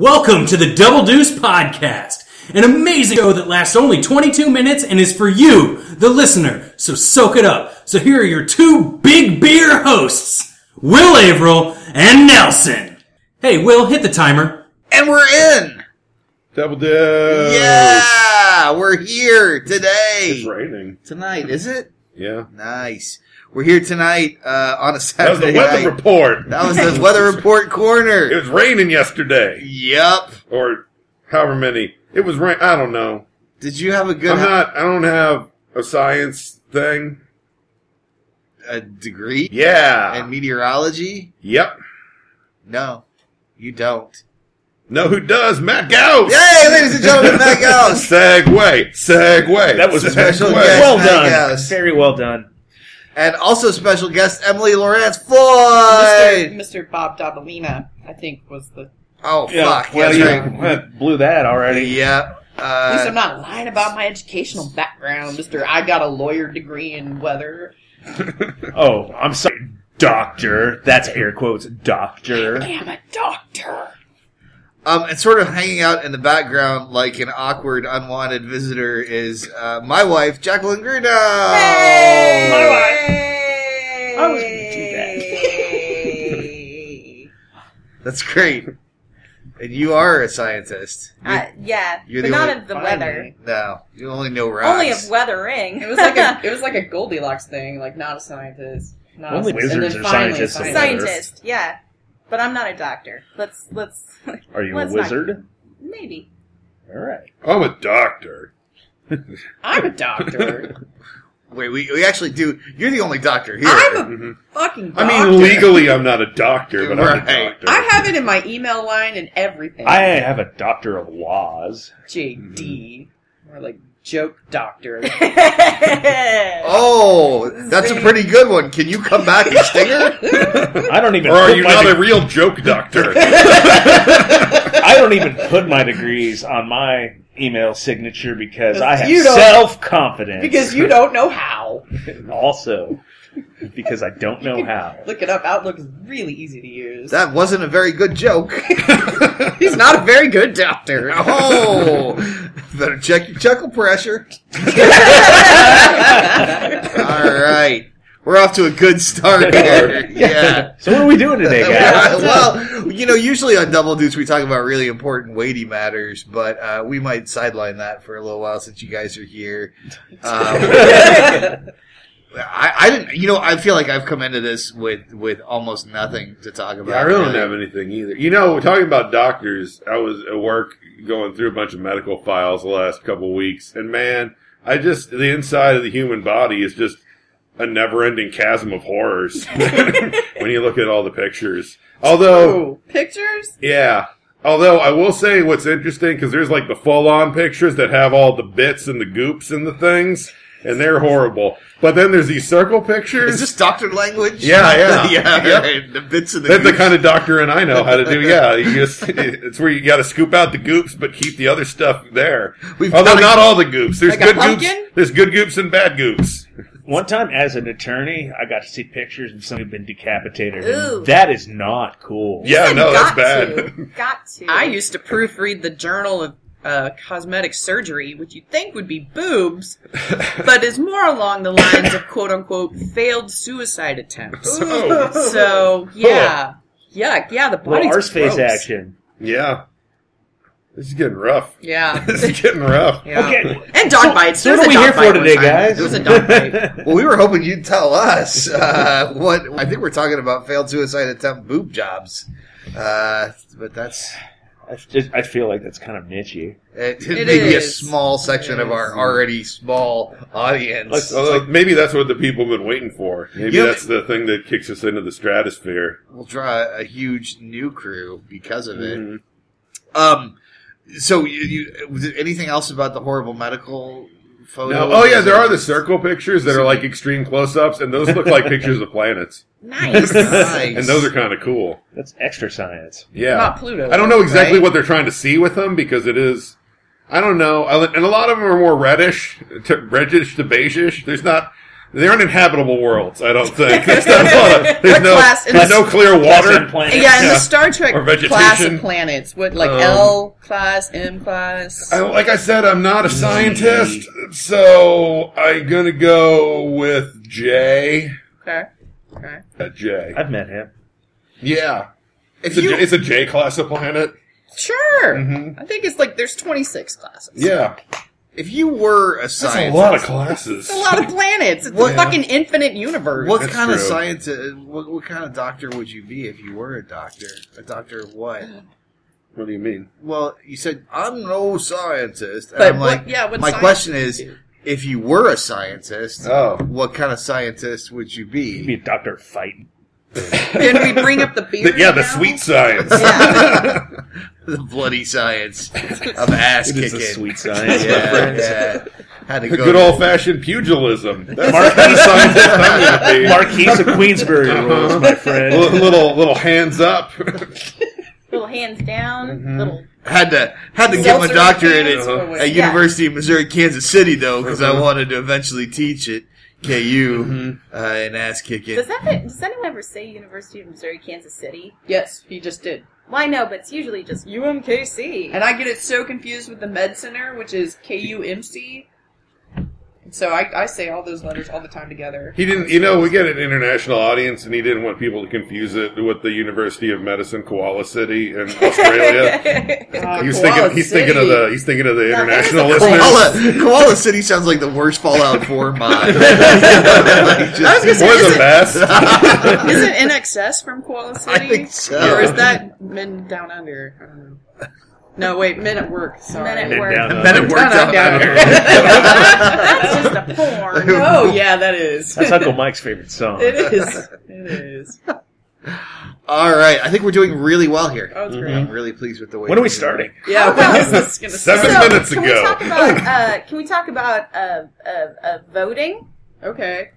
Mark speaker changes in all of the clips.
Speaker 1: Welcome to the Double Deuce Podcast, an amazing show that lasts only 22 minutes and is for you, the listener. So soak it up. So here are your two big beer hosts, Will Averill and Nelson. Hey, Will, hit the timer.
Speaker 2: And we're in!
Speaker 3: Double dip.
Speaker 2: Yeah! We're here
Speaker 3: It's
Speaker 2: today!
Speaker 3: raining.
Speaker 2: Tonight, is it?
Speaker 3: Yeah.
Speaker 2: Nice. We're here tonight uh, on a
Speaker 3: That was the
Speaker 2: Saturday
Speaker 3: weather
Speaker 2: night.
Speaker 3: report.
Speaker 2: That was the Weather Report
Speaker 3: It
Speaker 2: Corner!
Speaker 3: was raining yesterday,
Speaker 2: Yep.
Speaker 3: or however many. It was rain. I don't know.
Speaker 2: Did you have a good
Speaker 3: I'm not. I don't have a science thing.
Speaker 2: a degree
Speaker 3: Yeah.
Speaker 2: in meteorology?
Speaker 3: yep.
Speaker 2: No, you don't.
Speaker 3: No, who does? Matt Gauss.
Speaker 2: Yay, ladies and gentlemen, Matt Gauss!
Speaker 3: Segway. Segway.
Speaker 4: That was a
Speaker 2: special
Speaker 3: Segway.
Speaker 2: guest.
Speaker 4: well
Speaker 2: I
Speaker 4: done.
Speaker 2: guess.
Speaker 4: Very well done.
Speaker 2: And also special guest Emily Lawrence Floyd!
Speaker 5: Mr. Mr. Bob Dobalina, I think, was the.
Speaker 2: Oh, fuck.
Speaker 4: well,
Speaker 2: yes,
Speaker 4: you
Speaker 2: right.
Speaker 4: uh, blew that already.
Speaker 2: Yeah.
Speaker 5: At least I'm
Speaker 2: Uh,
Speaker 5: not lying about my educational background, Mr. I got a lawyer degree in weather.
Speaker 4: Oh, I'm sorry, doctor. That's air quotes, doctor.
Speaker 5: I am a doctor.
Speaker 2: um, and sort of hanging out in the background like an awkward, unwanted visitor is uh, my wife, Jacqueline Grunow.
Speaker 4: I was gonna do that.
Speaker 2: That's great. And you are a scientist. You-
Speaker 6: Uh, yeah,
Speaker 2: You're
Speaker 6: but
Speaker 2: the
Speaker 6: not
Speaker 2: only-
Speaker 6: of the
Speaker 5: Finally.
Speaker 6: weather.
Speaker 2: no, you only know rocks.
Speaker 6: Only of weathering.
Speaker 5: It was like a it was like a Goldilocks thing, like not a scientist. Not
Speaker 4: Only
Speaker 5: a, and
Speaker 4: wizards
Speaker 5: then
Speaker 4: are
Speaker 5: finally,
Speaker 4: scientists in
Speaker 5: finally-
Speaker 4: weather.
Speaker 6: scientist. Yeah, but I'm not a doctor. Let's let's
Speaker 4: Are you
Speaker 6: Let's
Speaker 4: a
Speaker 6: not-
Speaker 4: wizard?
Speaker 6: maybe.
Speaker 4: All right.
Speaker 3: I'm a doctor.
Speaker 5: I'm a doctor.
Speaker 2: Wait, we, we actually do. You're the only doctor here.
Speaker 5: I'm a
Speaker 3: Mhm.
Speaker 5: fucking
Speaker 3: I
Speaker 5: doctor.
Speaker 3: mean, legally, I'm not a doctor, but I'm a
Speaker 2: Right.
Speaker 3: doctor.
Speaker 5: I have it in my email line and everything.
Speaker 4: I have a doctor of laws.
Speaker 5: JD or like joke doctor.
Speaker 6: oh,
Speaker 2: oh, that's a pretty good one. Can you come back and sting her?
Speaker 4: I don't even.
Speaker 3: or are
Speaker 4: put
Speaker 3: you
Speaker 4: my
Speaker 3: not
Speaker 4: de-
Speaker 3: a real joke doctor?
Speaker 4: I don't even put my degrees on my email signature because I have
Speaker 5: You don't-
Speaker 4: self confidence.
Speaker 5: because you don't know how.
Speaker 4: also because I don't know how.
Speaker 5: Look it up. Outlook is really easy to use.
Speaker 2: That wasn't a very good joke.
Speaker 5: He's not a very good doctor.
Speaker 2: Oh, better check your chuckle pressure. All right, we're off to a good start here. Yeah.
Speaker 4: So what are we doing today, guys?
Speaker 2: well, you know, usually on Double Deuce we talk about really important, weighty matters, but uh, we might sideline that for a little while since you guys are here. Um, I, I didn't, you know, I feel like I've come into this with with almost nothing to talk about.
Speaker 3: Yeah, I really don't have anything either. You know, talking about doctors, I was at work going through a bunch of medical files the last couple of weeks, and man, I just the inside of the human body is just a never-ending chasm of horrors when you look at all the pictures.
Speaker 5: Oh.
Speaker 3: Although,
Speaker 5: Ooh, pictures?
Speaker 3: yeah. Although I will say what's interesting because there's like the full-on pictures that have all the bits and the goops and the things, and they're horrible. But then there's these circle pictures.
Speaker 2: Is this doctor language?
Speaker 3: Yeah, yeah.
Speaker 2: yeah.
Speaker 3: Yep.
Speaker 2: right. The bits of the
Speaker 3: That's the
Speaker 2: goose.
Speaker 3: kind of doctoring I know how to do. Yeah, you just it's where you got to scoop out the goops, but keep the other stuff there.
Speaker 2: We've
Speaker 3: Although
Speaker 2: got a-
Speaker 3: not all the goops. There's
Speaker 5: Like a
Speaker 3: good goops.
Speaker 5: pumpkin?
Speaker 3: There's good goops and bad goops.
Speaker 4: One time, as an attorney, I got to see pictures of somebody who'd been decapitated. and
Speaker 6: Ooh.
Speaker 4: That is not cool.
Speaker 3: Yeah, no, that's
Speaker 6: got
Speaker 3: bad.
Speaker 6: To. Got to.
Speaker 5: I used to proofread the Journal of uh, Cosmetic Surgery, which you'd think would be boobs, but is more along the lines of quote unquote failed suicide attempts.
Speaker 4: Oh.
Speaker 3: So
Speaker 5: So, yeah. Yeah, yeah, the body's
Speaker 4: Little arse face
Speaker 5: gross.
Speaker 4: action.
Speaker 3: yeah, this is getting rough.
Speaker 5: Yeah.
Speaker 3: This is getting rough.
Speaker 5: yeah.
Speaker 4: Okay.
Speaker 5: And dog
Speaker 4: So-
Speaker 5: bites.
Speaker 4: So
Speaker 5: There
Speaker 4: what are we
Speaker 5: was a
Speaker 4: here
Speaker 5: dog bite one
Speaker 4: for today,
Speaker 5: time.
Speaker 4: guys?
Speaker 5: There was a dog bite.
Speaker 2: Well, we were hoping you'd tell us uh, what I think we're talking about failed suicide attempt boob jobs, uh, but that's
Speaker 4: I just I feel like that's kind of nichey.
Speaker 2: it,
Speaker 5: It
Speaker 2: may be a
Speaker 5: is.
Speaker 2: small section
Speaker 5: It
Speaker 2: of our
Speaker 5: is.
Speaker 2: already small audience.
Speaker 3: Although maybe that's what the people have been waiting for. Maybe
Speaker 2: Yep.
Speaker 3: that's the thing that kicks us into the stratosphere.
Speaker 2: We'll draw a huge new crew because of it.
Speaker 3: Mhm.
Speaker 2: Um, so, you, you, was there anything else about the horrible medical photos?
Speaker 3: No. Oh yeah, there are the circle pictures that are like extreme close-ups, and those look like pictures of planets,
Speaker 5: Nice.
Speaker 2: Nice.
Speaker 3: and those are kind of cool.
Speaker 4: That's extra science.
Speaker 3: Yeah,
Speaker 5: Not Pluto,
Speaker 3: I don't know exactly
Speaker 5: right?
Speaker 3: what they're trying to see with them because it is. I don't know, I- and a lot of them are more reddish, to, reddish to beigeish. There's not They aren't inhabitable worlds, I don't think. That's not a, there's
Speaker 5: What
Speaker 3: no,
Speaker 5: class
Speaker 3: there's
Speaker 5: is-
Speaker 3: no clear
Speaker 4: That's in
Speaker 3: water.
Speaker 4: plan.
Speaker 5: Yeah, in
Speaker 3: Yeah.
Speaker 5: the Star Trek
Speaker 3: Or
Speaker 5: class
Speaker 3: vegetation.
Speaker 5: of planets, what like
Speaker 3: Um,
Speaker 5: L class, M class.
Speaker 3: I, like I said, I'm not a scientist, so I'm gonna go with J.
Speaker 5: okay. Okay.
Speaker 3: A J.
Speaker 4: I've met him.
Speaker 3: Yeah.
Speaker 2: If
Speaker 3: It's a,
Speaker 2: you,
Speaker 3: J- it's a J class of planet.
Speaker 5: Sure.
Speaker 3: Mhm.
Speaker 5: I think it's like there's 26 classes.
Speaker 3: Yeah.
Speaker 2: if you were a
Speaker 3: That's a
Speaker 2: scientist,
Speaker 3: lot of classes.
Speaker 5: It's a lot of planets. It's
Speaker 2: What-
Speaker 5: a fucking infinite universe.
Speaker 2: what
Speaker 3: That's
Speaker 2: kind of
Speaker 3: true.
Speaker 2: scientist? What, what kind of doctor would you be if you were a doctor? A doctor of what?
Speaker 3: What do you mean?
Speaker 2: Well, you said I'm no scientist, and
Speaker 5: But
Speaker 2: I'm
Speaker 5: what-
Speaker 2: like,
Speaker 5: yeah, what
Speaker 2: my
Speaker 5: science
Speaker 2: question
Speaker 5: do you
Speaker 2: is,
Speaker 5: do?
Speaker 2: if you Uh, were a scientist,
Speaker 3: Oh.
Speaker 2: what kind of scientist would you
Speaker 4: He'd
Speaker 2: be?
Speaker 4: be a doctor fighting.
Speaker 5: Can we bring up the beer?
Speaker 3: The- yeah, the
Speaker 5: now?
Speaker 3: sweet science.
Speaker 5: Yeah.
Speaker 2: the bloody science of ass
Speaker 4: It
Speaker 2: kicking.
Speaker 4: is a sweet science, my
Speaker 2: yeah,
Speaker 4: friend.
Speaker 2: yeah. Had to
Speaker 3: The
Speaker 2: go
Speaker 3: good old fashioned pugilism. That's
Speaker 4: Mark-
Speaker 3: the scientist I'm gonna be.
Speaker 4: Marquise of Queensbury rules, my friend.
Speaker 3: Li- little little hands up.
Speaker 6: Little hands down.
Speaker 4: Mm-hmm.
Speaker 6: Little.
Speaker 2: had to had to get my
Speaker 5: Seltzer
Speaker 2: doctorate at,
Speaker 5: cans or what?
Speaker 2: at
Speaker 5: Yeah.
Speaker 2: University of Missouri Kansas City though, because
Speaker 4: Uh-huh.
Speaker 2: I wanted to eventually teach at KU
Speaker 4: Mm-hmm.
Speaker 2: uh, and ass kicking.
Speaker 6: Does that? Does anyone ever say University of Missouri Kansas City?
Speaker 5: yes, he just did.
Speaker 6: Well, I know, but it's usually just UMKC.
Speaker 5: And I get it so confused with the med center, which is KUMC. So I, I say all those letters all the time together.
Speaker 3: He didn't, you know, we get an international audience, and he didn't want people to confuse it with the University of Medicine, Koala City in
Speaker 4: Oh,
Speaker 3: Australia.
Speaker 5: Uh,
Speaker 3: He was
Speaker 5: Koala
Speaker 3: thinking, he's thinking of
Speaker 5: City.
Speaker 3: the, he's thinking of the
Speaker 6: Now, there's
Speaker 3: international
Speaker 6: a
Speaker 3: listeners.
Speaker 2: Koala, Koala City sounds like the worst Fallout 4 mod.
Speaker 5: I was gonna say,
Speaker 3: Or the
Speaker 5: isn't-
Speaker 3: best.
Speaker 5: Isn't NXS from Koala City?
Speaker 2: think so.
Speaker 5: Or is that Men Down Under? I don't know. No, wait, Men at Work. Sorry.
Speaker 6: Men at
Speaker 4: Been
Speaker 6: work.
Speaker 4: down
Speaker 2: Then
Speaker 4: under.
Speaker 2: it worked
Speaker 5: Down
Speaker 2: out.
Speaker 5: Under.
Speaker 6: That's just a porn.
Speaker 5: oh, yeah, that is.
Speaker 4: That's Uncle Mike's favorite song.
Speaker 5: It is. It is.
Speaker 2: All right, I think we're doing really well here.
Speaker 5: Oh, it's
Speaker 2: I'm
Speaker 5: great.
Speaker 2: really pleased with the way.
Speaker 4: When are we
Speaker 2: we're doing.
Speaker 4: starting?
Speaker 5: Yeah, when is this going
Speaker 3: Mm-hmm.
Speaker 5: to
Speaker 3: Seven
Speaker 5: start?
Speaker 3: minutes
Speaker 6: can
Speaker 3: ago.
Speaker 6: We talk about, uh, can we talk about uh, uh, uh, voting?
Speaker 5: Okay.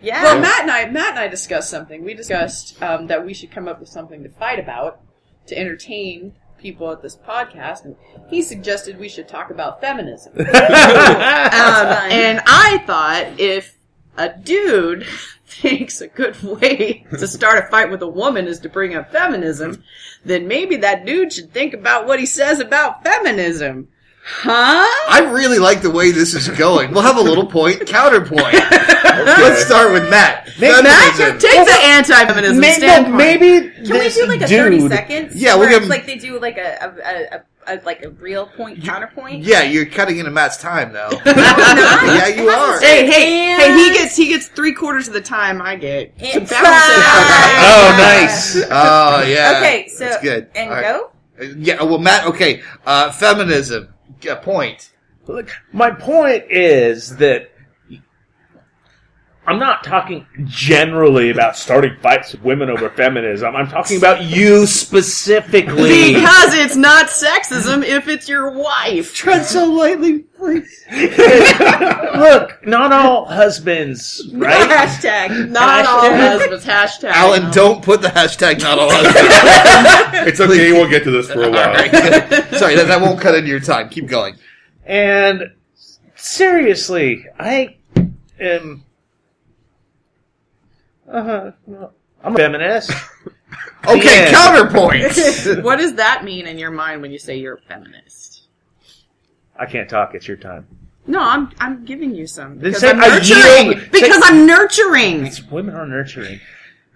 Speaker 6: Yeah.
Speaker 5: Well, Matt and I, Matt and I discussed something. We discussed um, that we should come up with something to fight about to entertain people at this podcast, and he suggested we should talk about feminism. um,
Speaker 6: fun.
Speaker 5: Uh, and I thought if a dude thinks a good way to start a fight with a woman is to bring up feminism, then maybe that dude should think about what he says about feminism. Huh?
Speaker 2: I really like the way this is going. We'll have a little point counterpoint. Let's start with Matt.
Speaker 5: Matt, take the anti-feminism
Speaker 4: Maybe,
Speaker 5: standpoint.
Speaker 4: maybe
Speaker 6: Can we
Speaker 4: this
Speaker 6: do like a
Speaker 4: dude,
Speaker 6: thirty seconds?
Speaker 2: Yeah, we're
Speaker 6: where
Speaker 2: gonna-
Speaker 6: it's like they do like a, a, a, a, a like a real point counterpoint.
Speaker 2: Yeah, you're cutting into Matt's time now. yeah, you are.
Speaker 5: Hey, hey, hey! He gets he gets three quarters of the time I get. To
Speaker 6: It's
Speaker 5: balance it out.
Speaker 4: Oh, nice.
Speaker 2: Oh yeah.
Speaker 6: Okay, so
Speaker 2: That's good.
Speaker 6: and
Speaker 2: All right.
Speaker 6: go.
Speaker 2: Uh, Yeah, well, Matt. Okay, uh, feminism. g- Point.
Speaker 4: Look, my point is that I'm not talking generally about starting fights with women over feminism. I'm talking about you specifically.
Speaker 5: Because it's not sexism if it's your wife.
Speaker 2: Tread so lightly, please.
Speaker 4: Look, not all husbands, right?
Speaker 6: Hashtag.
Speaker 5: Not all husbands. Hashtag.
Speaker 2: Alan,
Speaker 5: no.
Speaker 2: don't put the hashtag not all. us.
Speaker 3: It's okay, we'll get to this for a
Speaker 2: All
Speaker 3: while.
Speaker 2: right. Sorry, that, that won't cut into your time. Keep going.
Speaker 4: And seriously, I am. Uh huh. I'm a feminist.
Speaker 2: Okay,
Speaker 4: Yeah.
Speaker 2: counterpoint.
Speaker 5: What does that mean in your mind when you say you're a feminist?
Speaker 4: I can't talk. It's your time.
Speaker 5: No, I'm I'm giving you some because
Speaker 4: say
Speaker 5: I'm
Speaker 4: I
Speaker 5: nurturing.
Speaker 4: yield.
Speaker 5: Because I'm nurturing.
Speaker 4: It's women are nurturing.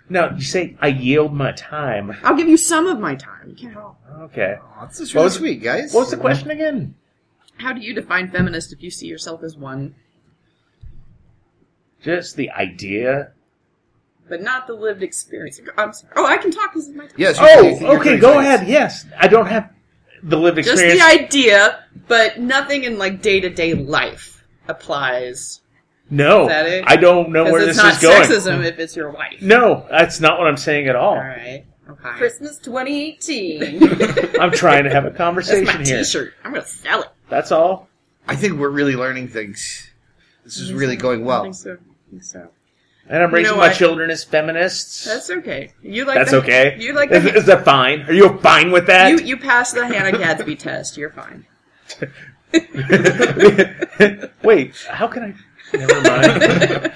Speaker 4: No, you say I yield my time.
Speaker 5: I'll give you some of my time. You can't all-
Speaker 4: Okay.
Speaker 2: That's this really sweet, guys.
Speaker 4: What was the question again?
Speaker 5: How do you define feminist if you see yourself as one,
Speaker 4: Just the idea.
Speaker 5: but not the lived experience? I'm sorry. Oh, I can talk. This is my time.
Speaker 2: Yes. you're
Speaker 4: Oh,
Speaker 2: pretty- you're
Speaker 4: okay.
Speaker 2: pretty
Speaker 4: Go
Speaker 2: nice.
Speaker 4: ahead. Yes, I don't have the lived
Speaker 5: just
Speaker 4: experience.
Speaker 5: the idea, but nothing in like day to day life applies.
Speaker 4: no,
Speaker 5: Is that it?
Speaker 4: I don't know where
Speaker 5: Because
Speaker 4: this
Speaker 5: it's not
Speaker 4: is going.
Speaker 5: sexism if it's your wife.
Speaker 4: No, that's not what I'm saying at all.
Speaker 5: All right. Okay.
Speaker 6: Christmas 2018.
Speaker 4: I'm trying to have a
Speaker 5: That's
Speaker 4: conversation
Speaker 5: my
Speaker 4: here.
Speaker 5: T-shirt. I'm gonna sell it.
Speaker 4: That's all.
Speaker 2: I think we're really learning things. This is really going
Speaker 5: I
Speaker 2: well.
Speaker 5: think so. I think so.
Speaker 4: And I'm
Speaker 5: You
Speaker 4: raising
Speaker 5: know
Speaker 4: my
Speaker 5: what?
Speaker 4: children as feminists. That's,
Speaker 5: That's okay. You like the,
Speaker 4: okay.
Speaker 5: You like
Speaker 4: is,
Speaker 5: the,
Speaker 4: is that fine? Are you fine with that?
Speaker 5: you you pass the Hannah Gadsby test. You're fine.
Speaker 4: Wait, how can I? Never mind.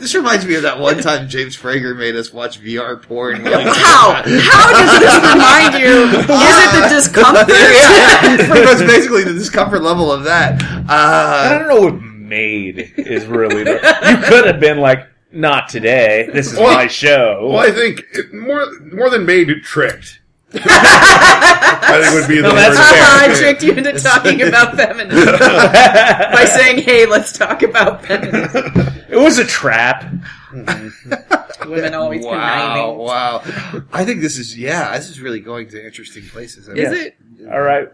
Speaker 2: This reminds me of that one time James Frager made us watch VR porn.
Speaker 5: How? How does this remind you? Is it the discomfort?
Speaker 2: yeah, that's basically the discomfort level of that.
Speaker 4: I
Speaker 2: Uh,
Speaker 4: don't know what made is really. The, you could have been like, not today. This is
Speaker 3: Well,
Speaker 4: my show.
Speaker 3: Well, I think it- more more than made it tricked. I think would be the
Speaker 4: No,
Speaker 3: word.
Speaker 4: that's
Speaker 5: Haha, I tricked you into talking about feminism by saying, "Hey, let's talk about feminism."
Speaker 4: it was a trap.
Speaker 5: Women always
Speaker 2: wow,
Speaker 5: conniving.
Speaker 2: wow. I think this is yeah. This is really going to interesting places. I
Speaker 5: Is
Speaker 2: mean,
Speaker 5: it?
Speaker 4: All right.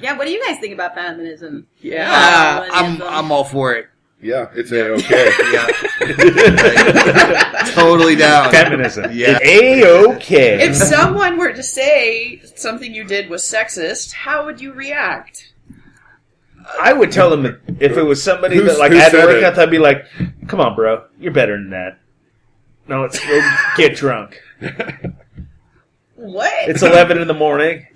Speaker 6: Yeah, what do you guys think about feminism?
Speaker 5: Yeah.
Speaker 2: uh, I'm I'm all for it.
Speaker 3: Yeah, it's a okay.
Speaker 2: Yeah, totally
Speaker 3: Uh,
Speaker 2: down.
Speaker 4: Feminism.
Speaker 2: Yeah.
Speaker 4: A
Speaker 5: If
Speaker 4: okay.
Speaker 5: someone were to say something you did was sexist, how would you react?
Speaker 4: I would tell them if it was somebody
Speaker 3: Who's-
Speaker 4: that like
Speaker 3: who
Speaker 4: had to
Speaker 3: said
Speaker 4: work
Speaker 3: it?
Speaker 4: out, I'd be like, "Come on, bro, you're better than that." No, it's go get drunk.
Speaker 5: What?
Speaker 4: It's eleven in the morning.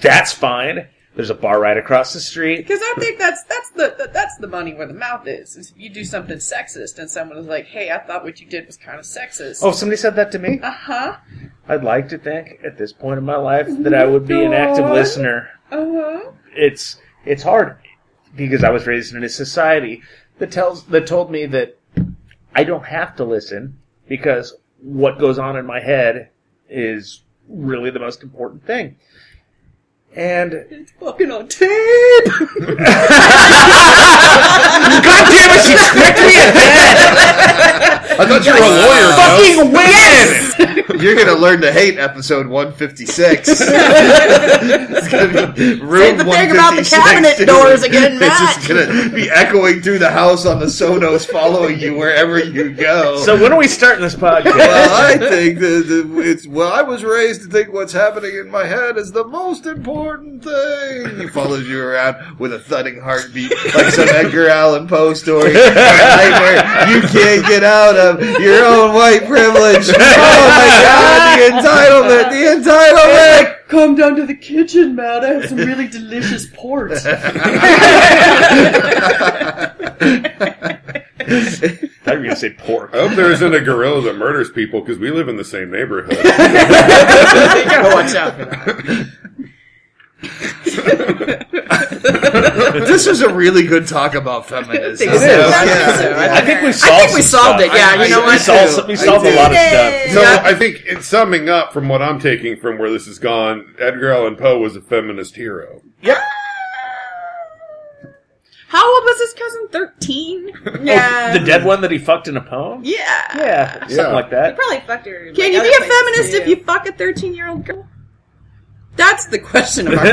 Speaker 4: That's fine. There's a bar right across the street.
Speaker 5: Because I think that's that's the that- that's the money where the mouth is. is If you do something sexist and someone is like, "Hey, I thought what you did was kind of sexist."
Speaker 4: Oh, somebody said that to me.
Speaker 5: Uh huh.
Speaker 4: I'd like to think at this point in my life that I would be an active
Speaker 5: Aw.
Speaker 4: listener.
Speaker 5: Uh huh.
Speaker 4: It's it's hard because I was raised in a society that tells that told me that I don't have to listen because what goes on in my head is really the most important thing. And
Speaker 5: It's fucking on tape.
Speaker 4: God damn it, she tricked me again!
Speaker 2: I thought you were a lawyer.
Speaker 4: Fucking win!
Speaker 2: You're gonna learn to hate episode 156. it's gonna be room
Speaker 5: the
Speaker 2: 156.
Speaker 5: thing about the cabinet
Speaker 2: dude.
Speaker 5: doors again,
Speaker 2: It's just gonna be echoing through the house on the Sonos, following you wherever you go.
Speaker 4: So when are we starting this podcast?
Speaker 2: well, I think the, the, it's well. I was raised to think what's happening in my head is the most important thing. He follows you around with a thudding heartbeat, like some Edgar Allan Poe story, a nightmare you can't get out of your own white privilege. Oh my God, the entitlement, the entitlement.
Speaker 5: Come down to the kitchen, man. I have some really delicious port.
Speaker 4: I thought you were gonna say pork.
Speaker 3: I hope there isn't a gorilla that murders people because we live in the same neighborhood.
Speaker 5: gotta watch out for that.
Speaker 2: This was a really good talk about feminism.
Speaker 5: It is.
Speaker 4: I think we solved.
Speaker 5: I think we
Speaker 4: some
Speaker 5: solved it.
Speaker 4: stuff.
Speaker 5: Yeah,
Speaker 2: I-
Speaker 5: you know
Speaker 2: I-
Speaker 4: We
Speaker 5: what?
Speaker 4: solved, we
Speaker 2: I
Speaker 4: solved a
Speaker 2: did.
Speaker 4: lot of stuff.
Speaker 3: So I think, in summing up from what I'm taking from where this has gone, Edgar Allan Poe was a feminist hero.
Speaker 5: How old was his cousin? Thirteen.
Speaker 6: yeah.
Speaker 4: Oh, The dead one that he fucked in a poem?
Speaker 5: Yeah.
Speaker 4: Yeah, something
Speaker 3: Yeah.
Speaker 4: like
Speaker 6: You
Speaker 4: that.
Speaker 6: probably fucked her.
Speaker 5: Can
Speaker 6: like,
Speaker 5: you be
Speaker 6: other
Speaker 5: a
Speaker 6: places
Speaker 5: feminist if
Speaker 6: too.
Speaker 5: you fuck a thirteen-year-old girl? That's the question of our
Speaker 2: wow,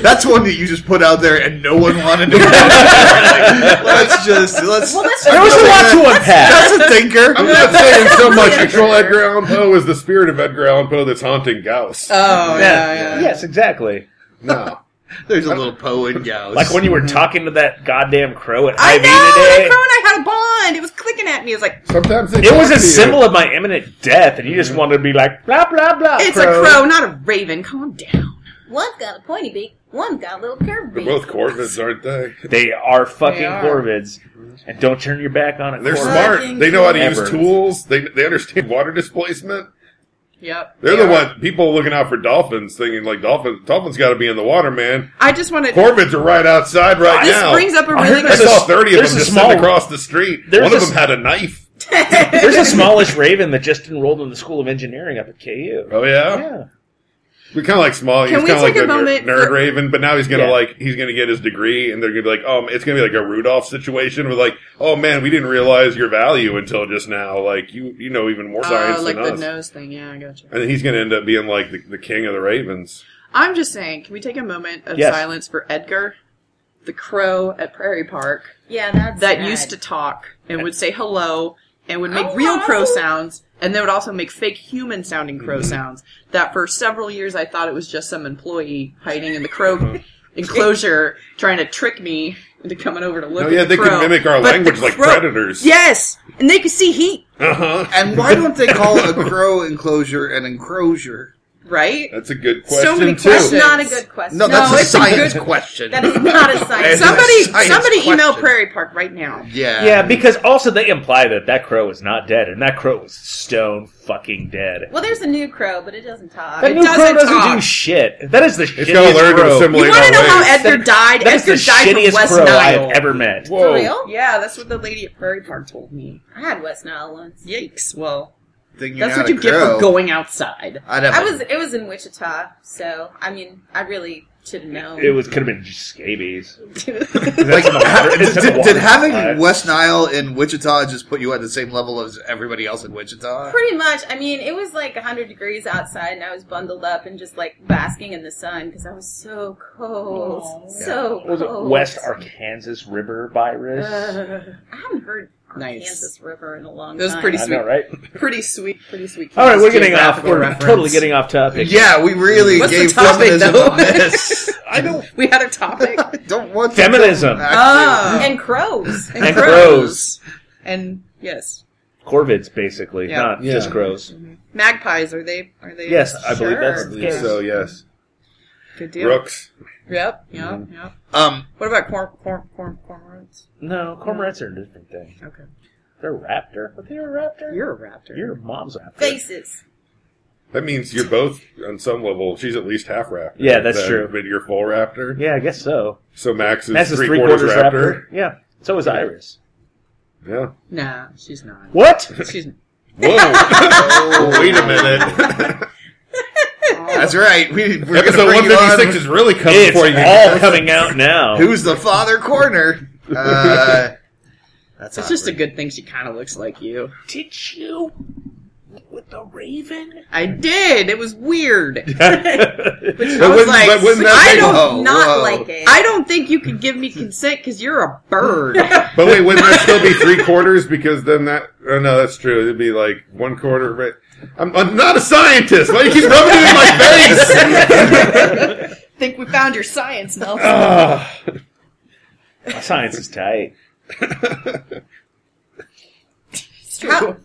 Speaker 2: that's one that you just put out there and no one wanted to. Like, let's just let's.
Speaker 6: Well, that's
Speaker 4: There was a lot to unpack.
Speaker 2: that's a thinker.
Speaker 3: I'm not saying so much. Actual Edgar Allan Poe is the spirit of Edgar Allan Poe that's haunting Gauss.
Speaker 5: Oh
Speaker 4: Yeah, Yes, exactly.
Speaker 3: no.
Speaker 2: There's a little Poe in Gauss.
Speaker 4: Like when you were talking to that goddamn crow at
Speaker 5: Mm-hmm. I
Speaker 4: Ivy
Speaker 5: know. The
Speaker 4: today.
Speaker 5: crow and I had a bond. It was clicking at me. It's like
Speaker 3: Sometimes they
Speaker 4: It was
Speaker 3: talk
Speaker 4: a
Speaker 3: to you.
Speaker 4: symbol of my imminent death, and you just wanted to be like blah blah blah.
Speaker 5: Mm-hmm. it's a crow, not a raven. Calm down.
Speaker 6: One's got a pointy beak, one's got a little curved
Speaker 3: They're
Speaker 6: beak.
Speaker 3: both Corvids, aren't they?
Speaker 4: They are fucking
Speaker 5: They are.
Speaker 4: corvids, and don't turn your back on it.
Speaker 3: They're
Speaker 4: corvid.
Speaker 3: smart. They know how to use
Speaker 4: Ever.
Speaker 3: tools. They they understand water displacement.
Speaker 5: Yep.
Speaker 3: They're the one people looking out for dolphins, thinking like dolphins. Dolphins got to be in the water, man.
Speaker 5: I just wanted.
Speaker 3: Corvids are right outside right
Speaker 5: This
Speaker 3: now.
Speaker 5: brings up a
Speaker 4: I
Speaker 5: really
Speaker 4: heard
Speaker 3: I
Speaker 5: good.
Speaker 4: there's
Speaker 3: saw
Speaker 4: a-
Speaker 3: thirty of them
Speaker 4: there's a
Speaker 3: just
Speaker 4: small-
Speaker 3: sitting across the street.
Speaker 4: there's
Speaker 3: One
Speaker 4: a
Speaker 3: of them
Speaker 4: s-
Speaker 3: had a knife.
Speaker 4: There's a smallish raven that just enrolled in the School of Engineering up at KU.
Speaker 3: Oh yeah,
Speaker 4: Yeah.
Speaker 3: we kind of like small. He's
Speaker 5: Can
Speaker 3: kind
Speaker 5: we
Speaker 3: of like
Speaker 5: take
Speaker 3: a
Speaker 5: a
Speaker 3: ner-
Speaker 5: moment
Speaker 3: nerd
Speaker 5: for-
Speaker 3: raven, but now he's gonna
Speaker 4: Yeah.
Speaker 3: like he's gonna get his degree, and they're gonna be like, um, it's gonna be like a Rudolph situation with like, oh man, we didn't realize your value until just now. Like you, you know, even more
Speaker 5: Uh,
Speaker 3: science
Speaker 5: like
Speaker 3: than
Speaker 5: the
Speaker 3: us.
Speaker 5: nose thing. Yeah, I got you.
Speaker 3: And he's gonna end up being like the, the king of the ravens.
Speaker 5: I'm just saying. Can we take a moment of
Speaker 4: Yes.
Speaker 5: silence for Edgar, the crow at Prairie Park?
Speaker 6: Yeah, that's
Speaker 5: that
Speaker 6: sad. Oh,
Speaker 5: used to talk and would say hello and would make
Speaker 6: Hello.
Speaker 5: real crow sounds and they would also make fake human sounding crow
Speaker 3: Mm-hmm.
Speaker 5: sounds that for several years i thought it was just some employee hiding in the crow enclosure trying to trick me into coming over to look
Speaker 3: Oh
Speaker 5: at
Speaker 3: yeah,
Speaker 5: the
Speaker 3: they
Speaker 5: crow.
Speaker 3: can mimic our
Speaker 5: But the
Speaker 3: language like
Speaker 5: crow-
Speaker 3: predators.
Speaker 5: yes and they could see heat
Speaker 3: Uh huh.
Speaker 2: and why don't they call a crow enclosure an enclosure?
Speaker 5: right?
Speaker 3: That's a good question.
Speaker 5: So many
Speaker 3: too.
Speaker 5: questions.
Speaker 6: That's not a good question.
Speaker 2: No, that's a
Speaker 5: it's a
Speaker 2: science
Speaker 5: good-
Speaker 2: question.
Speaker 6: That is not a science.
Speaker 2: It's a
Speaker 5: Somebody,
Speaker 2: science
Speaker 5: somebody email
Speaker 2: question.
Speaker 5: Prairie Park right now.
Speaker 2: yeah.
Speaker 4: Yeah, because also they imply that that crow is not dead, and that crow is stone fucking dead.
Speaker 6: well, there's a new crow, but it doesn't talk.
Speaker 4: That
Speaker 5: It
Speaker 4: new crow
Speaker 5: doesn't
Speaker 4: doesn't
Speaker 5: talk.
Speaker 4: do shit. That is the
Speaker 3: It's
Speaker 4: shittiest
Speaker 3: gotta learn to
Speaker 4: crow.
Speaker 3: assimilate.
Speaker 5: You
Speaker 3: Wait,
Speaker 5: want to
Speaker 3: no,
Speaker 5: know how
Speaker 3: wait.
Speaker 5: Edgar died?
Speaker 4: That is the
Speaker 5: Edgar died from
Speaker 4: shittiest
Speaker 5: West
Speaker 4: crow I
Speaker 5: Nile.
Speaker 4: have ever met.
Speaker 6: For real?
Speaker 5: Yeah, that's what the lady at Prairie Park told me.
Speaker 6: I had West Nile once.
Speaker 5: Yikes! Well,
Speaker 2: Thinking
Speaker 5: that's
Speaker 2: out
Speaker 5: what you
Speaker 2: a
Speaker 5: get
Speaker 2: crow,
Speaker 5: for going outside.
Speaker 2: I'd have
Speaker 6: I
Speaker 2: a-
Speaker 6: was. It was in Wichita, so I mean, I really should have known.
Speaker 4: It was could have been just scabies.
Speaker 2: Like,
Speaker 4: That's in the water- it's in the
Speaker 2: did, did
Speaker 4: water
Speaker 2: having
Speaker 4: supply.
Speaker 2: West Nile in Wichita just put you at the same level as everybody else in Wichita?
Speaker 6: Pretty much. I mean, it was like 100 degrees outside, and I was bundled up and just like basking in the sun because I was so cold. So
Speaker 4: was it
Speaker 5: Oh.
Speaker 6: cold.
Speaker 4: West Arkansas River virus?
Speaker 5: Uh,
Speaker 6: I haven't heard
Speaker 5: Nice.
Speaker 6: Kansas River in a long
Speaker 5: That was
Speaker 6: time.
Speaker 5: pretty
Speaker 4: I
Speaker 5: sweet.
Speaker 4: know, right?
Speaker 5: Pretty sweet, pretty sweet.
Speaker 4: All right, we're
Speaker 5: Kansas
Speaker 4: getting off.
Speaker 5: geographical
Speaker 4: We're
Speaker 5: reference.
Speaker 4: totally getting off topic.
Speaker 2: Yeah, we really
Speaker 5: What's the
Speaker 2: gave
Speaker 5: topic,
Speaker 2: feminism
Speaker 5: though?
Speaker 2: on this.
Speaker 4: I don't.
Speaker 5: We had a topic.
Speaker 2: I don't want to
Speaker 4: Feminism.
Speaker 2: go back to-
Speaker 5: Ah.
Speaker 6: And crows.
Speaker 4: And
Speaker 5: And yes,
Speaker 4: Corvids, basically,
Speaker 5: Yeah.
Speaker 4: not
Speaker 3: Yeah.
Speaker 4: just crows.
Speaker 5: magpies. Are they? Are they?
Speaker 4: Yes, I believe
Speaker 5: Sure.
Speaker 4: that's
Speaker 3: I
Speaker 4: the
Speaker 3: believe
Speaker 4: case.
Speaker 3: so, yes.
Speaker 5: Good deal.
Speaker 3: Brooks.
Speaker 5: Yep. Yep.
Speaker 4: Mm-hmm.
Speaker 5: Yep.
Speaker 2: Um,
Speaker 5: What about corn? Corn? Corn? Cormorants?
Speaker 4: No, cormorants are a different thing.
Speaker 5: Okay.
Speaker 4: They're a raptor. But they're a raptor.
Speaker 5: You're a raptor.
Speaker 4: Your mom's a raptor.
Speaker 6: Faces.
Speaker 3: That means you're both, on some level, she's at least half raptor.
Speaker 4: Yeah, that's
Speaker 3: Then-
Speaker 4: true.
Speaker 3: But you're full raptor.
Speaker 4: Yeah, I guess so.
Speaker 3: So Max is
Speaker 4: That's
Speaker 3: three, quarters, raptor.
Speaker 4: Yeah. So is Iris.
Speaker 3: Yeah.
Speaker 5: Nah, she's not.
Speaker 4: What?
Speaker 5: She's.
Speaker 2: oh,
Speaker 3: Whoa! Wait a minute.
Speaker 2: that's right. We, we're going to
Speaker 3: Episode
Speaker 2: bring you on.
Speaker 3: 156 is really coming for you.
Speaker 4: It's all coming out now.
Speaker 2: Who's the father corner? Uh, that's
Speaker 5: It's just a
Speaker 2: awkward.
Speaker 5: good thing she kind of looks like you.
Speaker 4: Did you with the raven?
Speaker 5: I did. It was weird.
Speaker 3: But
Speaker 5: was
Speaker 3: wouldn't,
Speaker 5: like,
Speaker 3: but wouldn't that
Speaker 5: I
Speaker 3: make,
Speaker 5: don't-
Speaker 2: Whoa,
Speaker 6: Not
Speaker 2: whoa.
Speaker 6: like it.
Speaker 5: I don't think you could give me consent because you're a bird.
Speaker 3: But wait, wouldn't that still be three quarters? Because then that. Oh, no, that's true. It'd be like one quarter. Right? I'm, I'm not a scientist. Why do you keep rubbing it in my face?
Speaker 5: think we found your science, Nelson.
Speaker 3: Ah.
Speaker 4: Science is tight.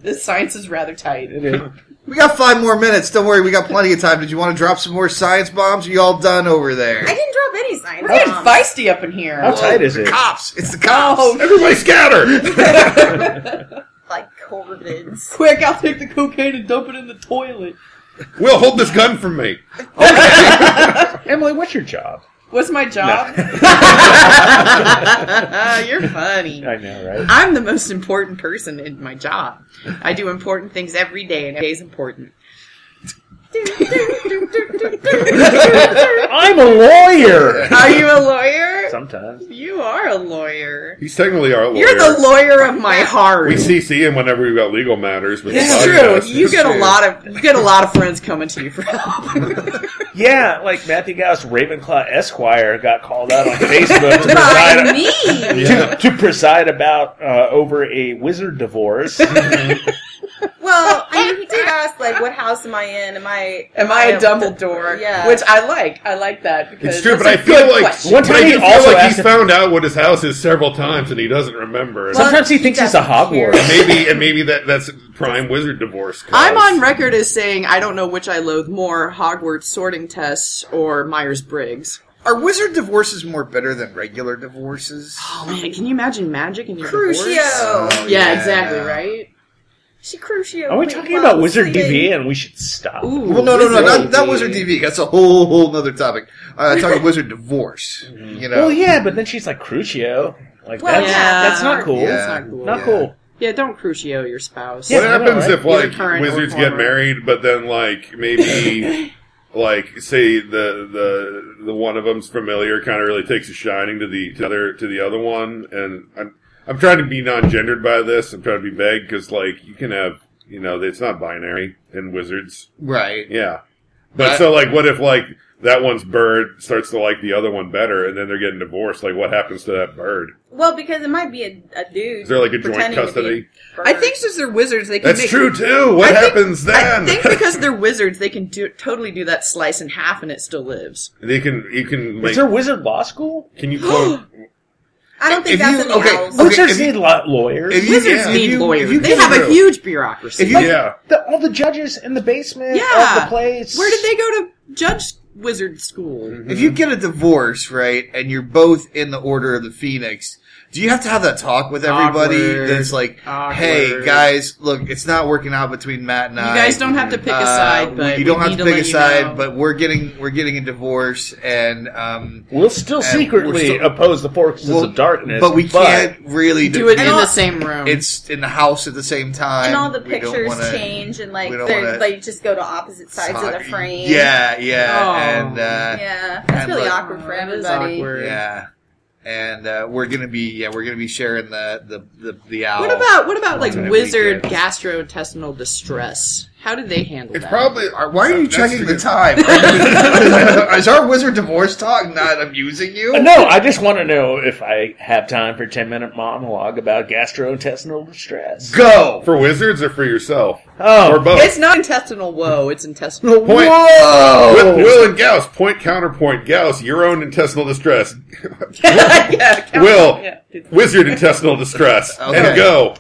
Speaker 5: this science is rather tight.
Speaker 2: We got five more minutes. Don't worry, we got plenty of time. Did you want to drop some more science bombs? Are you all done over there?
Speaker 6: I didn't drop any signs.
Speaker 5: We're getting feisty up in here.
Speaker 4: How tight is
Speaker 2: the
Speaker 4: it?
Speaker 2: cops. It's the cops.
Speaker 3: Everybody scatter!
Speaker 6: Like corvids.
Speaker 5: Quick, I'll take the cocaine and dump it in the toilet.
Speaker 3: Will, hold this gun from me.
Speaker 4: Emily, what's your job?
Speaker 5: What's my job? you're funny.
Speaker 4: I know, right?
Speaker 5: I'm the most important person in my job. I do important things every day, and every day is important.
Speaker 4: I'm a lawyer.
Speaker 5: Are you a lawyer?
Speaker 4: Sometimes.
Speaker 5: You are a lawyer.
Speaker 3: He's technically our lawyer.
Speaker 5: You're the lawyer of my heart.
Speaker 3: We CC him whenever we've got legal matters. With
Speaker 5: It's
Speaker 3: the podcast.
Speaker 5: true. You
Speaker 2: It's
Speaker 5: get a
Speaker 2: true.
Speaker 5: lot of you get a lot of friends coming to you for help.
Speaker 4: Yeah, like Matthew Gauss Ravenclaw Esquire got called out on Facebook to
Speaker 6: By
Speaker 4: preside,
Speaker 6: me.
Speaker 3: Yeah.
Speaker 4: to preside about uh, over a wizard divorce.
Speaker 6: Well, I mean, he did ask, like, what house am I in? Am I
Speaker 5: Am I a Dumbledore?
Speaker 6: Yeah.
Speaker 5: Which I like. I like that because
Speaker 3: It's true,
Speaker 5: that's
Speaker 3: but I
Speaker 5: a
Speaker 3: feel
Speaker 5: good
Speaker 3: like
Speaker 5: question.
Speaker 4: One
Speaker 3: but I
Speaker 4: time he
Speaker 3: do
Speaker 4: also
Speaker 3: feel like
Speaker 4: asked
Speaker 3: he's
Speaker 4: if-
Speaker 3: found out what his house is several times and he doesn't remember. And
Speaker 4: Sometimes he thinks he's a Hogwarts.
Speaker 3: maybe and maybe that that's prime wizard divorce. Cause.
Speaker 5: I'm on record as saying I don't know which I loathe more: Hogwarts sorting tests or Myers Briggs.
Speaker 2: Are wizard divorces more bitter than regular divorces?
Speaker 5: Oh man, can you imagine magic in your divorce?
Speaker 6: Crucio.
Speaker 2: Oh,
Speaker 5: Yeah, exactly. Right.
Speaker 6: She crucio.
Speaker 4: Are we talking about Wizard DV and we should stop?
Speaker 5: Ooh,
Speaker 2: Well, no, no, no, not, not
Speaker 5: wizard
Speaker 2: wizard
Speaker 5: TV.
Speaker 2: DV. That's a whole, whole other topic. Uh, talking wizard divorce. You know,
Speaker 4: Well, yeah, but then she's like Crucio. Like
Speaker 6: Well,
Speaker 4: that's,
Speaker 5: yeah.
Speaker 4: that's not cool.
Speaker 2: Yeah.
Speaker 5: That's not cool.
Speaker 4: Not
Speaker 2: Yeah.
Speaker 4: cool.
Speaker 5: Yeah, don't crucio your spouse.
Speaker 3: What
Speaker 4: Yeah, I know,
Speaker 3: happens
Speaker 4: right?
Speaker 3: if like
Speaker 5: Either current or
Speaker 3: wizards get
Speaker 5: former.
Speaker 3: married, but then like maybe like say the the the one of them's familiar kind of really takes a shining to the to the other to the other one, and I'm I'm trying to be non-gendered by this. I'm trying to be vague because like you can have you know it's not binary in wizards.
Speaker 2: right?
Speaker 3: Yeah. But
Speaker 2: But I-
Speaker 3: so, like, what if, like, that one's bird starts to like the other one better, and then they're getting divorced? Like, what happens to that bird?
Speaker 6: Well, because it might be a, a dude.
Speaker 3: Is there, like, a joint
Speaker 6: pretending to be
Speaker 3: custody?
Speaker 6: a bird.
Speaker 5: I think since they're wizards, they can
Speaker 3: That's
Speaker 5: make
Speaker 3: true, too. What
Speaker 5: I think-
Speaker 3: happens
Speaker 5: I
Speaker 3: then?
Speaker 5: think because they're wizards, they can do, totally do that slice in half, and it still lives.
Speaker 3: they can, you can, like,
Speaker 4: Is there Wizard Law School?
Speaker 3: can you clone?
Speaker 6: I don't think
Speaker 2: If
Speaker 6: that's
Speaker 2: you-
Speaker 6: in the
Speaker 2: okay,
Speaker 6: owls.
Speaker 2: okay,
Speaker 4: Wizards
Speaker 2: if you-
Speaker 4: need lot lawyers.
Speaker 2: if you-
Speaker 5: Wizards
Speaker 2: yeah, if
Speaker 5: need
Speaker 2: you-
Speaker 5: lawyers.
Speaker 2: if you
Speaker 5: they
Speaker 2: get
Speaker 5: have a
Speaker 2: through-
Speaker 5: huge bureaucracy.
Speaker 2: If you-
Speaker 3: yeah.
Speaker 4: The, all the judges in the basement
Speaker 5: Yeah.
Speaker 4: of the place.
Speaker 5: Where did they go to judge wizard school?
Speaker 2: If you get a divorce, right, and you're both in the Order of the Phoenix, do you have to have that talk with everybody
Speaker 5: Awkward.
Speaker 2: that's like, hey,
Speaker 5: Awkward.
Speaker 2: guys, look, it's not working out between Matt and
Speaker 5: You
Speaker 2: I.
Speaker 5: guys don't have to pick a
Speaker 2: Uh,
Speaker 5: side,
Speaker 2: we-
Speaker 5: but
Speaker 2: you don't
Speaker 5: we
Speaker 2: have
Speaker 5: need
Speaker 2: to
Speaker 5: to
Speaker 2: pick a
Speaker 5: let you
Speaker 2: side,
Speaker 5: know.
Speaker 2: but we're getting we're getting a divorce, and um,
Speaker 4: We'll still
Speaker 2: And we're
Speaker 4: secretly
Speaker 2: still-
Speaker 4: oppose the forces
Speaker 2: we'll-
Speaker 4: of darkness,
Speaker 2: but we can't really
Speaker 5: do it in
Speaker 6: all-
Speaker 5: the same room.
Speaker 2: It's in the house at the same time,
Speaker 6: and all the
Speaker 2: We don't
Speaker 6: pictures
Speaker 2: wanna-
Speaker 6: change and like
Speaker 2: we don't
Speaker 6: they're
Speaker 2: wanna-
Speaker 6: like just go to opposite sides of the frame.
Speaker 2: Yeah, yeah,
Speaker 5: Oh.
Speaker 2: and uh,
Speaker 6: Yeah. That's
Speaker 2: And,
Speaker 6: really
Speaker 2: like-
Speaker 6: awkward for
Speaker 5: Oh, it is
Speaker 6: everybody.
Speaker 5: awkward.
Speaker 2: Yeah, and uh, we're gonna be yeah we're gonna be sharing the the the, the owl.
Speaker 5: what about what about like
Speaker 2: Alternate
Speaker 5: wizard
Speaker 2: weekends.
Speaker 5: gastrointestinal distress? How did they handle
Speaker 3: It's
Speaker 5: that?
Speaker 3: probably.
Speaker 2: Are- Why are you
Speaker 3: That's
Speaker 2: checking the
Speaker 3: good.
Speaker 2: time? Is our wizard divorce talk not amusing you?
Speaker 4: Uh, No, I just want to know if I have time for a 10 minute monologue about gastrointestinal distress.
Speaker 2: Go.
Speaker 3: For wizards or for yourself?
Speaker 4: Oh,
Speaker 3: Or both?
Speaker 5: It's not intestinal woe. It's intestinal.
Speaker 3: Point.
Speaker 2: Oh.
Speaker 3: With
Speaker 2: Whoa!
Speaker 3: Will and Gauss, point counterpoint. Gauss, your own intestinal distress.
Speaker 5: yeah,
Speaker 3: Will,
Speaker 5: Yeah.
Speaker 3: wizard intestinal distress.
Speaker 2: Okay.
Speaker 3: And go.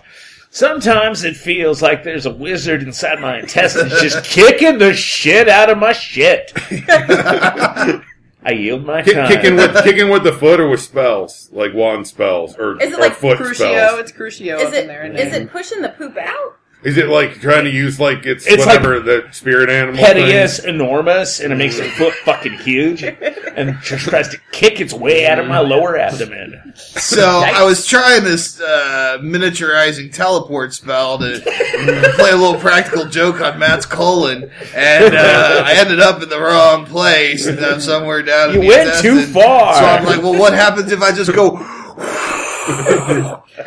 Speaker 4: sometimes it feels like there's a wizard inside my intestines just kicking the shit out of my shit. I yield my
Speaker 3: Kick,
Speaker 4: time.
Speaker 3: kicking with kicking with the foot or with spells like wand spells or,
Speaker 6: Is it
Speaker 3: or
Speaker 6: like
Speaker 3: foot
Speaker 5: Crucio.
Speaker 3: spells.
Speaker 5: It's crucio.
Speaker 6: Is
Speaker 5: up in there,
Speaker 6: it
Speaker 5: and
Speaker 6: is it pushing the poop out?
Speaker 3: Is it like trying to use like it's,
Speaker 4: It's
Speaker 3: whatever the spirit animal?
Speaker 4: Pettius enormous, and it makes your foot fucking huge, and just tries to kick its way out of my lower abdomen.
Speaker 2: So I was trying this uh, miniaturizing teleport spell to play a little practical joke on Matt's colon, and uh, I ended up in the wrong place. And I'm somewhere down. in
Speaker 4: You
Speaker 2: the
Speaker 4: went too
Speaker 2: intestine.
Speaker 4: far.
Speaker 2: So I'm like, well, what happens if I just go?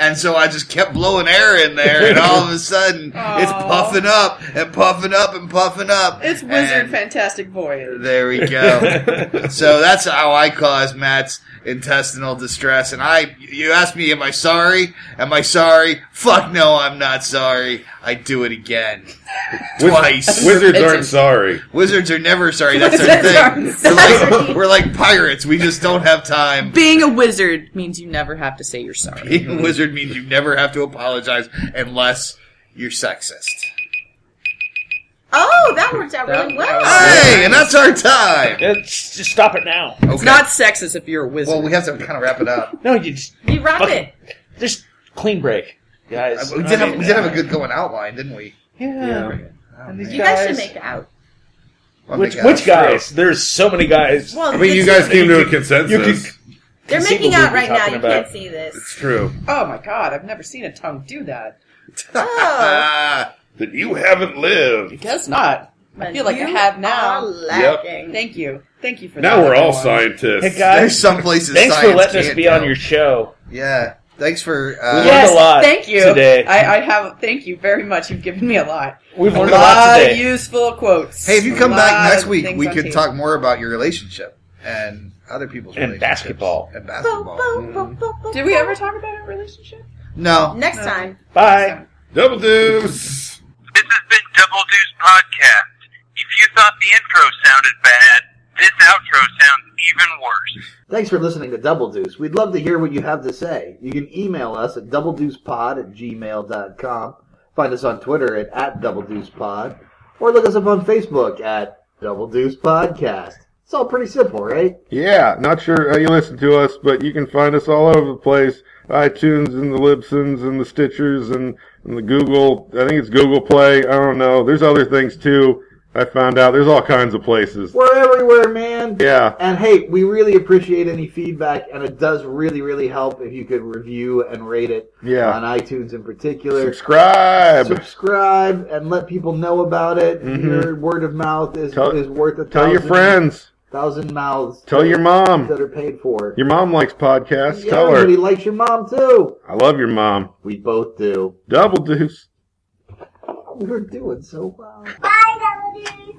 Speaker 2: and so I just kept blowing air in there, and all of a sudden it's puffing up and puffing up and puffing up.
Speaker 5: it's wizard
Speaker 2: And
Speaker 5: fantastic voyage.
Speaker 2: There we go. so that's how I caused Matt's intestinal distress. And I, you asked me, am I sorry? Am I sorry? Fuck no, I'm not sorry. I do it again,
Speaker 3: Wiz-
Speaker 2: twice.
Speaker 3: Wizards
Speaker 5: It's
Speaker 3: aren't
Speaker 5: a-
Speaker 3: sorry.
Speaker 2: Wizards are never sorry. That's their
Speaker 6: Wizards
Speaker 2: thing.
Speaker 6: aren't
Speaker 2: We're like,
Speaker 6: sorry.
Speaker 2: we're like pirates. We just don't have time.
Speaker 5: Being a wizard means you never have to say you're sorry.
Speaker 2: Being a wizard means you never have to apologize unless you're sexist.
Speaker 6: Oh, that worked out
Speaker 5: That-
Speaker 6: really well.
Speaker 2: Hey, and that's our time.
Speaker 4: It's, just stop it now.
Speaker 2: Okay.
Speaker 5: It's not sexist if you're a wizard.
Speaker 2: well, we have to kind of wrap it up.
Speaker 4: No, you just
Speaker 6: You wrap
Speaker 4: Fuck.
Speaker 6: it.
Speaker 4: just clean break, guys.
Speaker 2: We did have we did have a good going outline, didn't we?
Speaker 4: yeah.
Speaker 2: Oh,
Speaker 4: And these
Speaker 2: man.
Speaker 6: You guys should make out.
Speaker 2: Well,
Speaker 4: Which
Speaker 2: make
Speaker 4: which
Speaker 2: out.
Speaker 4: guys? There's so many guys.
Speaker 6: Well,
Speaker 3: I mean,
Speaker 6: the
Speaker 3: you
Speaker 6: two-
Speaker 3: guys came to
Speaker 4: you
Speaker 3: a
Speaker 4: could-
Speaker 3: consensus.
Speaker 6: They're
Speaker 4: the
Speaker 6: making
Speaker 4: sequel
Speaker 6: out
Speaker 4: we'll
Speaker 6: right
Speaker 4: be
Speaker 6: now.
Speaker 4: talking
Speaker 6: You
Speaker 4: about.
Speaker 6: can't see this.
Speaker 3: It's true.
Speaker 5: oh my god, I've never seen a tongue do that.
Speaker 6: Oh,
Speaker 2: Ah,
Speaker 3: That you haven't lived.
Speaker 5: Guess not. I feel like I
Speaker 6: you
Speaker 5: have now.
Speaker 6: are lacking.
Speaker 5: Thank you. Thank you for that.
Speaker 3: Now we're all
Speaker 5: everyone.
Speaker 3: scientists.
Speaker 4: Hey
Speaker 2: there's
Speaker 4: guys,
Speaker 2: some places.
Speaker 4: thanks for
Speaker 2: science
Speaker 4: letting us
Speaker 2: can't
Speaker 4: be
Speaker 2: go.
Speaker 4: on your show.
Speaker 2: Yeah, thanks for.
Speaker 4: We
Speaker 2: Uh,
Speaker 4: learned a lot
Speaker 5: Thank you.
Speaker 4: today.
Speaker 5: I, I have. Thank you very much. You've given me a lot.
Speaker 4: We've
Speaker 5: A
Speaker 4: learned a lot
Speaker 5: lot of
Speaker 4: today.
Speaker 5: useful quotes.
Speaker 2: Hey, if you come
Speaker 5: A
Speaker 2: back
Speaker 5: lot
Speaker 2: next
Speaker 5: of
Speaker 2: week,
Speaker 5: things
Speaker 2: we
Speaker 5: on
Speaker 2: could
Speaker 5: tape.
Speaker 2: talk more about your relationship and other people's
Speaker 4: And
Speaker 2: relationships.
Speaker 4: basketball.
Speaker 2: and
Speaker 6: Bo-
Speaker 2: basketball.
Speaker 6: bo- bo- bo- bo-
Speaker 5: Did we
Speaker 6: bo-
Speaker 5: ever talk about our relationship?
Speaker 2: No,
Speaker 6: Next time.
Speaker 4: Bye.
Speaker 3: Double deuce.
Speaker 7: This has been Double Deuce Podcast. If you thought the intro sounded bad, this outro sounds even worse.
Speaker 8: Thanks for listening to Double Deuce. We'd love to hear what you have to say. You can email us at doubledeucepod at gmail.com. Find us on Twitter at, at doubledeucepod. Or look us up on Facebook at Double Deuce Podcast. It's all pretty simple, right?
Speaker 3: Yeah, not sure how you listen to us, but you can find us all over the place. iTunes and the Libsyns and the Stitchers and, and the Google. I think it's Google Play. I don't know. There's other things too. I found out there's all kinds of places.
Speaker 8: We're everywhere, man.
Speaker 3: Yeah.
Speaker 8: And hey, we really appreciate any feedback, and it does really, really help if you could review and rate it
Speaker 3: Yeah.
Speaker 8: on iTunes in particular.
Speaker 3: Subscribe.
Speaker 8: Subscribe and let people know about it.
Speaker 3: Mhm.
Speaker 8: Your word of mouth is,
Speaker 3: Tell-
Speaker 8: is worth a
Speaker 3: Tell your
Speaker 8: thousand-
Speaker 3: friends.
Speaker 8: thousand mouths.
Speaker 3: Tell your
Speaker 8: that
Speaker 3: mom.
Speaker 8: are paid for.
Speaker 3: Your mom likes podcasts.
Speaker 8: Yeah,
Speaker 3: Tell
Speaker 8: everybody
Speaker 3: her.
Speaker 8: likes your mom too.
Speaker 3: I love your mom.
Speaker 8: We both do.
Speaker 3: Double deuce.
Speaker 8: We were doing so well.